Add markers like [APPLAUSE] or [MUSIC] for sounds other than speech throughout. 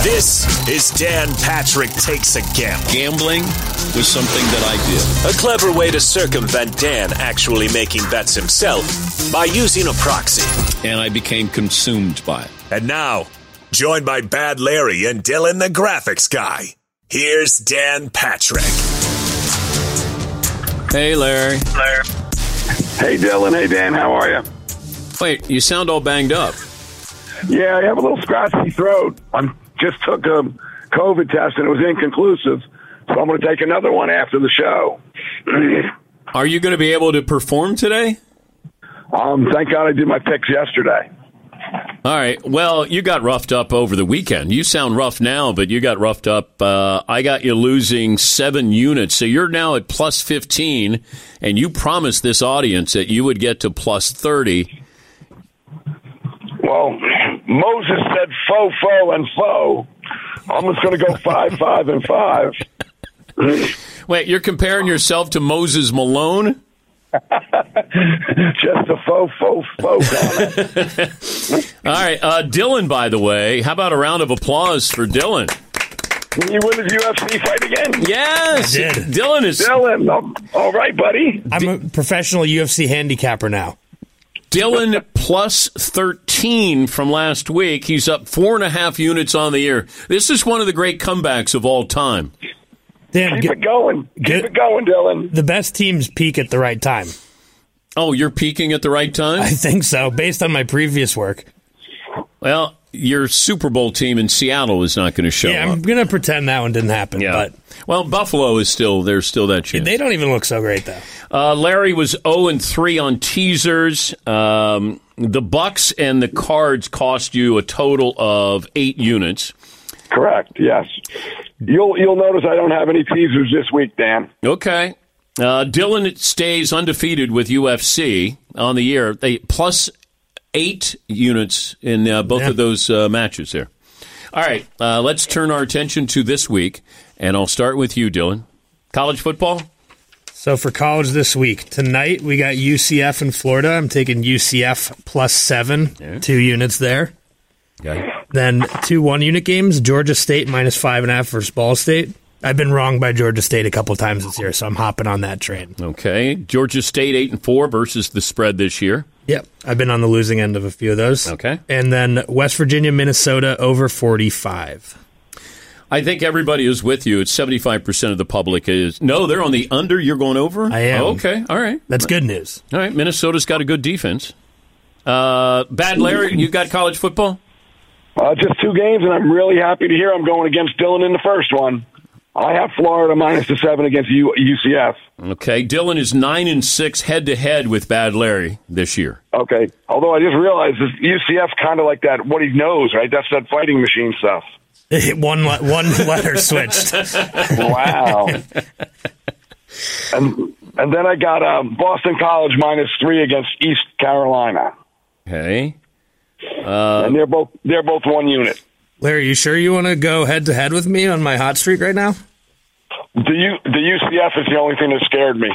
This is Dan Patrick Takes a Gamble. Gambling was something that I did. A clever way to circumvent Dan actually making bets himself by using a proxy. And I became consumed by it. And now, joined by Bad Larry and Dylan the Graphics Guy, here's Dan Patrick. Hey, Larry. Hey Dylan, hey Dan, how are you? Wait, you sound all banged up. Yeah, I have a little scratchy throat. I just took a COVID test and it was inconclusive, so I'm going to take another one after the show. [CLEARS THROAT] Are you going to be able to perform today? um, thank God I did my picks yesterday. All right. Well, you got roughed up over the weekend. You sound rough now, but you got roughed up. Uh, I got you losing seven units. So you're now at plus 15, and you promised this audience that you would get to plus 30. Well, [CLEARS THROAT] Moses said fo fo and fo. I'm just going to go five [LAUGHS] five and five. Wait, you're comparing yourself to Moses Malone? Just a fo fo fo comment. All right. Uh, Dylan, by the way, how about a round of applause for Dylan? Can you win the UFC fight again? Yes. I did. Dylan is Dylan, um, all right, buddy. I'm a professional UFC handicapper now. Dylan plus 13 from last week. He's up four and a half units on the year. This is one of the great comebacks of all time. Damn, Keep it going. Keep Get- it going, Dylan. the best teams peak at the right time. [LAUGHS] Oh, you're peaking at the right I time? think so, based on my previous work. Well, your Super Bowl team in Seattle is not going to show Yeah, up. I'm gonna pretend that one didn't happen. But well, Buffalo is still, there's still that chance. they don't even look so great though. Uh, Larry was 0 and 3 on teasers. Um, the Bucks and the Cards cost you a total of eight units. Correct. Yes. You'll you'll notice I don't have any teasers this week, Dan. Okay. Uh, Dylan stays undefeated with UFC on the year. They plus eight units in uh, both Yeah. of those uh, matches there. All right, uh, let's turn our attention to this week, and I'll start with you, Dylan. College football. So for college this week, tonight we got UCF in Florida. I'm taking UCF plus seven, two units there. Then two one unit games, Georgia State minus five and a half versus Ball State. I've been wrong by Georgia State a couple times this year, so I'm hopping on that train. Okay, Georgia State eight and four versus the spread this year. Yep. I've been on the losing end of a few of those. Okay. And then West Virginia, Minnesota over 45. I think everybody is with you. It's seventy five percent of the public is no. They're on the under. You're going over. I am. Okay. All right. That's good news. [LAUGHS] All right, Minnesota's got a good defense. Uh, Bad Larry, you got college football? Uh, just two games, and I'm really happy to hear I'm going against Dylan in the first one. I have Florida minus the seven against U- UCF. Okay, Dylan is nine and six head to head with Bad Larry this year. Okay. Although I just realized this UCF kind of like that what he knows, right? That's that fighting machine stuff. one le- one [LAUGHS] letter switched. Wow. and and then I got um, Boston College minus three against East Carolina. Okay, and they're both they're both one unit. Larry, you sure you want to go head to head with me on my hot streak right now? The U, the UCF is the only thing that scared me.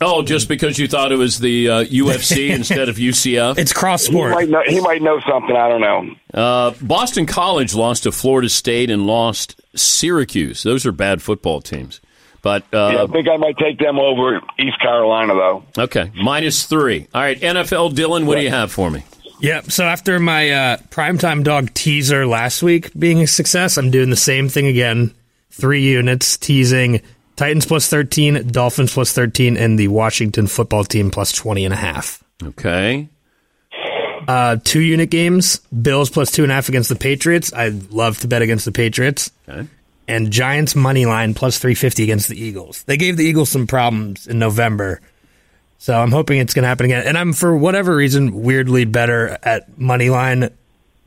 Oh, just because you thought it was the uh, [LAUGHS] UFC instead of UCF? It's cross He sport. might know, he might know something. I don't know. Uh, Boston College lost to Florida State and lost Syracuse. Those are bad football teams. But Yeah, uh, I think I might take them over East Carolina though. okay, minus three. All right, NFL Dylan, what do you have for me? Yep. So after my uh, primetime dog teaser last week being a success, I'm doing the same thing again. Three units teasing Titans plus 13, Dolphins plus 13, and the Washington football team plus 20 and a half. Okay, Uh, two unit games, Bills plus two and a half against the Patriots. I love to bet against the Patriots. Okay. And Giants money line plus 350 against the Eagles. They gave the Eagles some problems in November. So I'm hoping it's going to happen again. And I'm, for whatever reason, weirdly better at money line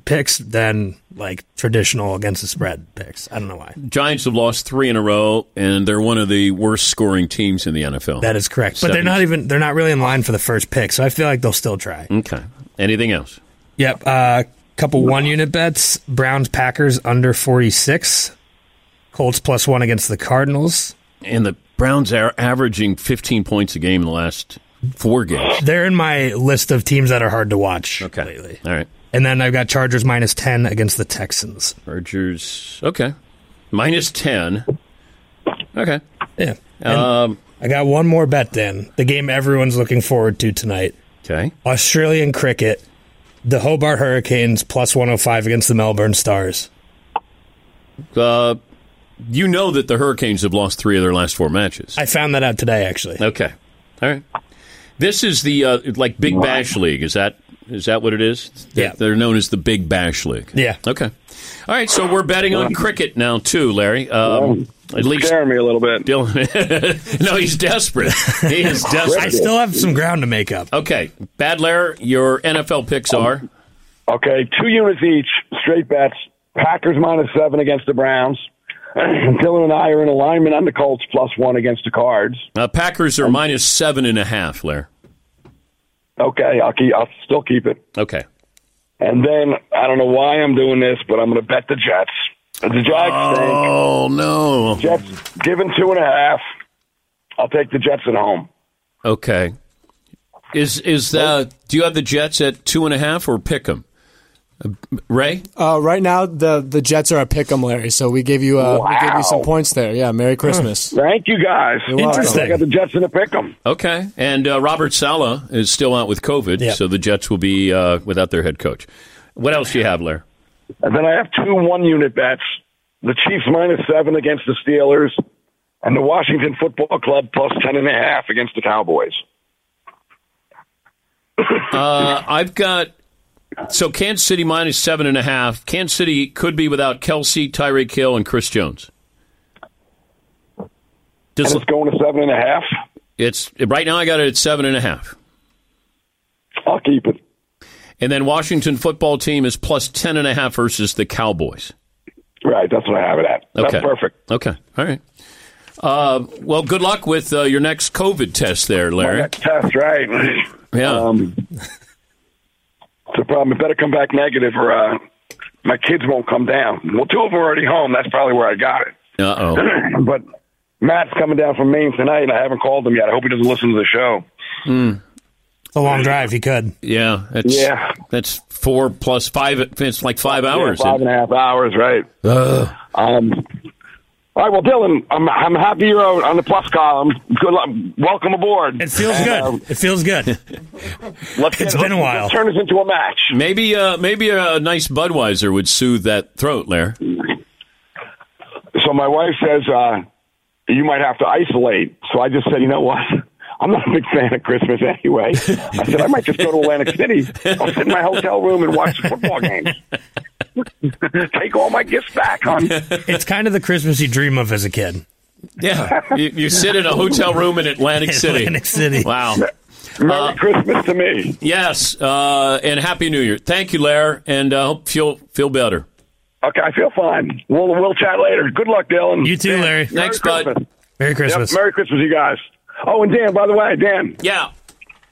picks than like traditional against the spread picks. I don't know why. Giants have lost three in a row, and they're one of the worst scoring teams in the NFL. That is correct. But they're Seven. not even, they're not really in line for the first pick. So I feel like they'll still try. Okay. Anything else? Yep. A uh, couple one unit bets. Browns Packers under 46. Colts plus one against the Cardinals. And the Browns are averaging 15 points a game in the last four games. They're in my list of teams that are hard to watch lately. All right. And then I've got Chargers minus 10 against the Texans. Mergers. Okay. Minus 10. Okay. Yeah. And Um, I got one more bet then. The game everyone's looking forward to tonight okay. Australian cricket. The Hobart Hurricanes plus 105 against the Melbourne Stars. Uh, you know that the Hurricanes have lost three of their last four matches. I found that out today, actually. Okay. All right. This is the uh, like Big Bash League. Is that is that what it is? Yeah. They're known as the Big Bash League. Yeah. Okay. All right. So we're betting on cricket now too, Larry. Um, at least Scaring me a little bit. Dylan. [LAUGHS] no, he's desperate. He is I desperate. still have some ground to make up. Okay, Bad Lair, your NFL picks are Okay, two units each, straight bets. Packers minus seven against the Browns. [CLEARS THROAT] Dylan and I are in alignment on the Colts plus one against the Cards. uh, Packers are minus seven and a half. Lair. Okay, I'll keep. I'll still keep it. Okay. And then I don't know why I'm doing this, but I'm going to bet the Jets. The Jags stink. Oh no. Jets given two and a half. I'll take the Jets at home. Okay. Is is the do you have the Jets at two and a half or pick them? Ray. Uh, right now, the the Jets are a pick 'em, Larry. So we gave you uh, we gave you some Wow. points there. Yeah, Merry Christmas. Thank you guys. welcome. I got the Jets in a pick 'em. Okay. And uh, Robert Sala is still out with COVID, Yeah. so the Jets will be uh, without their head coach. What else do you have, Lair? And then I have two one-unit bets: the Chiefs minus seven against the Steelers, and the Washington Football Club plus ten and a half against the Cowboys. Uh, I've got so Kansas City minus seven and a half. Kansas City could be without Kelsey, Tyreek Hill, and Chris Jones. Does- And it's going to seven and a half. it's right now. I got it at seven and a half, I'll keep it. and then Washington football team is plus ten and a half versus the Cowboys. Right, that's what I have it at. Okay, That's perfect. Okay, all right. Uh, well, good luck with uh, your next COVID test, there, My Larry. next [LAUGHS] test, right? Yeah. Um, it's a problem. It better come back negative, or uh, my kids won't come down. Well, two of them are already home. That's probably where I got it. Uh oh. but Matt's coming down from Maine tonight, and I haven't called him yet. I hope he doesn't listen to the show. It's a long drive. You could. Yeah. That's, Yeah. That's four plus five. It's like five hours. Yeah, five and a half hours, right? Um, all right, well, Dylan, I'm, I'm happy you're out on the plus column. Good luck. Welcome aboard. It feels Um, good. It feels good. Let's it's been a [LAUGHS] while. Let's uh, turn this into a match. Maybe uh, maybe a nice Budweiser would soothe that throat, Lair. so my wife says uh, you might have to isolate. So I just said, you know what? [LAUGHS] I'm not a big fan of Christmas anyway. I said I might just go to Atlantic City. I'll sit in my hotel room and watch the football games. [LAUGHS] Take all my gifts back, hon. Uh, It's kind of the Christmas you dream of as a kid. [LAUGHS] Yeah, [LAUGHS] you, you sit in a hotel room in [LAUGHS] Atlantic City. Atlantic City. Wow. Merry uh, Christmas to me. Yes, uh, and Happy New Year. Thank you, Lair, and uh, hope feel feel better. Okay, I feel fine. We'll we'll chat later. Good luck, Dylan. You too, Larry. Merry Thanks, bud. Christmas. Merry Yep, Christmas. Merry Christmas, you guys. Oh, and Dan, by the way, Dan, Yeah.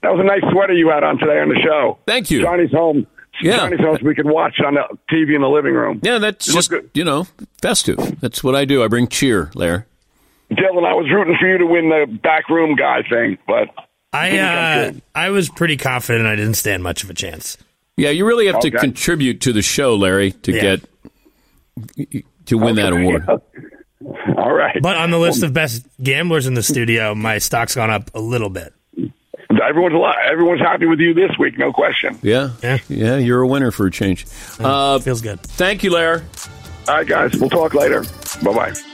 That was a nice sweater you had on today on the show. Thank you. Johnny's home. Yeah. Johnny's home. We can watch on the TV in the living room. Yeah, that's It looked just you know festive. That's what I do. I bring cheer, Lair. Dylan, I was rooting for you to win the backroom guy thing, but I uh, I was pretty confident I didn't stand much of a chance. Yeah, you really have to Okay. contribute to the show, Larry, to Yeah. get to win that award. [LAUGHS] all right. But on the list of best gamblers in the studio, my stock's gone up a little bit. everyone's li- everyone's happy with you this week, no question. Yeah, Yeah. yeah, you're a winner for a change. Uh, Feels good. thank you, Larry. All right, guys, we'll talk later. Bye bye.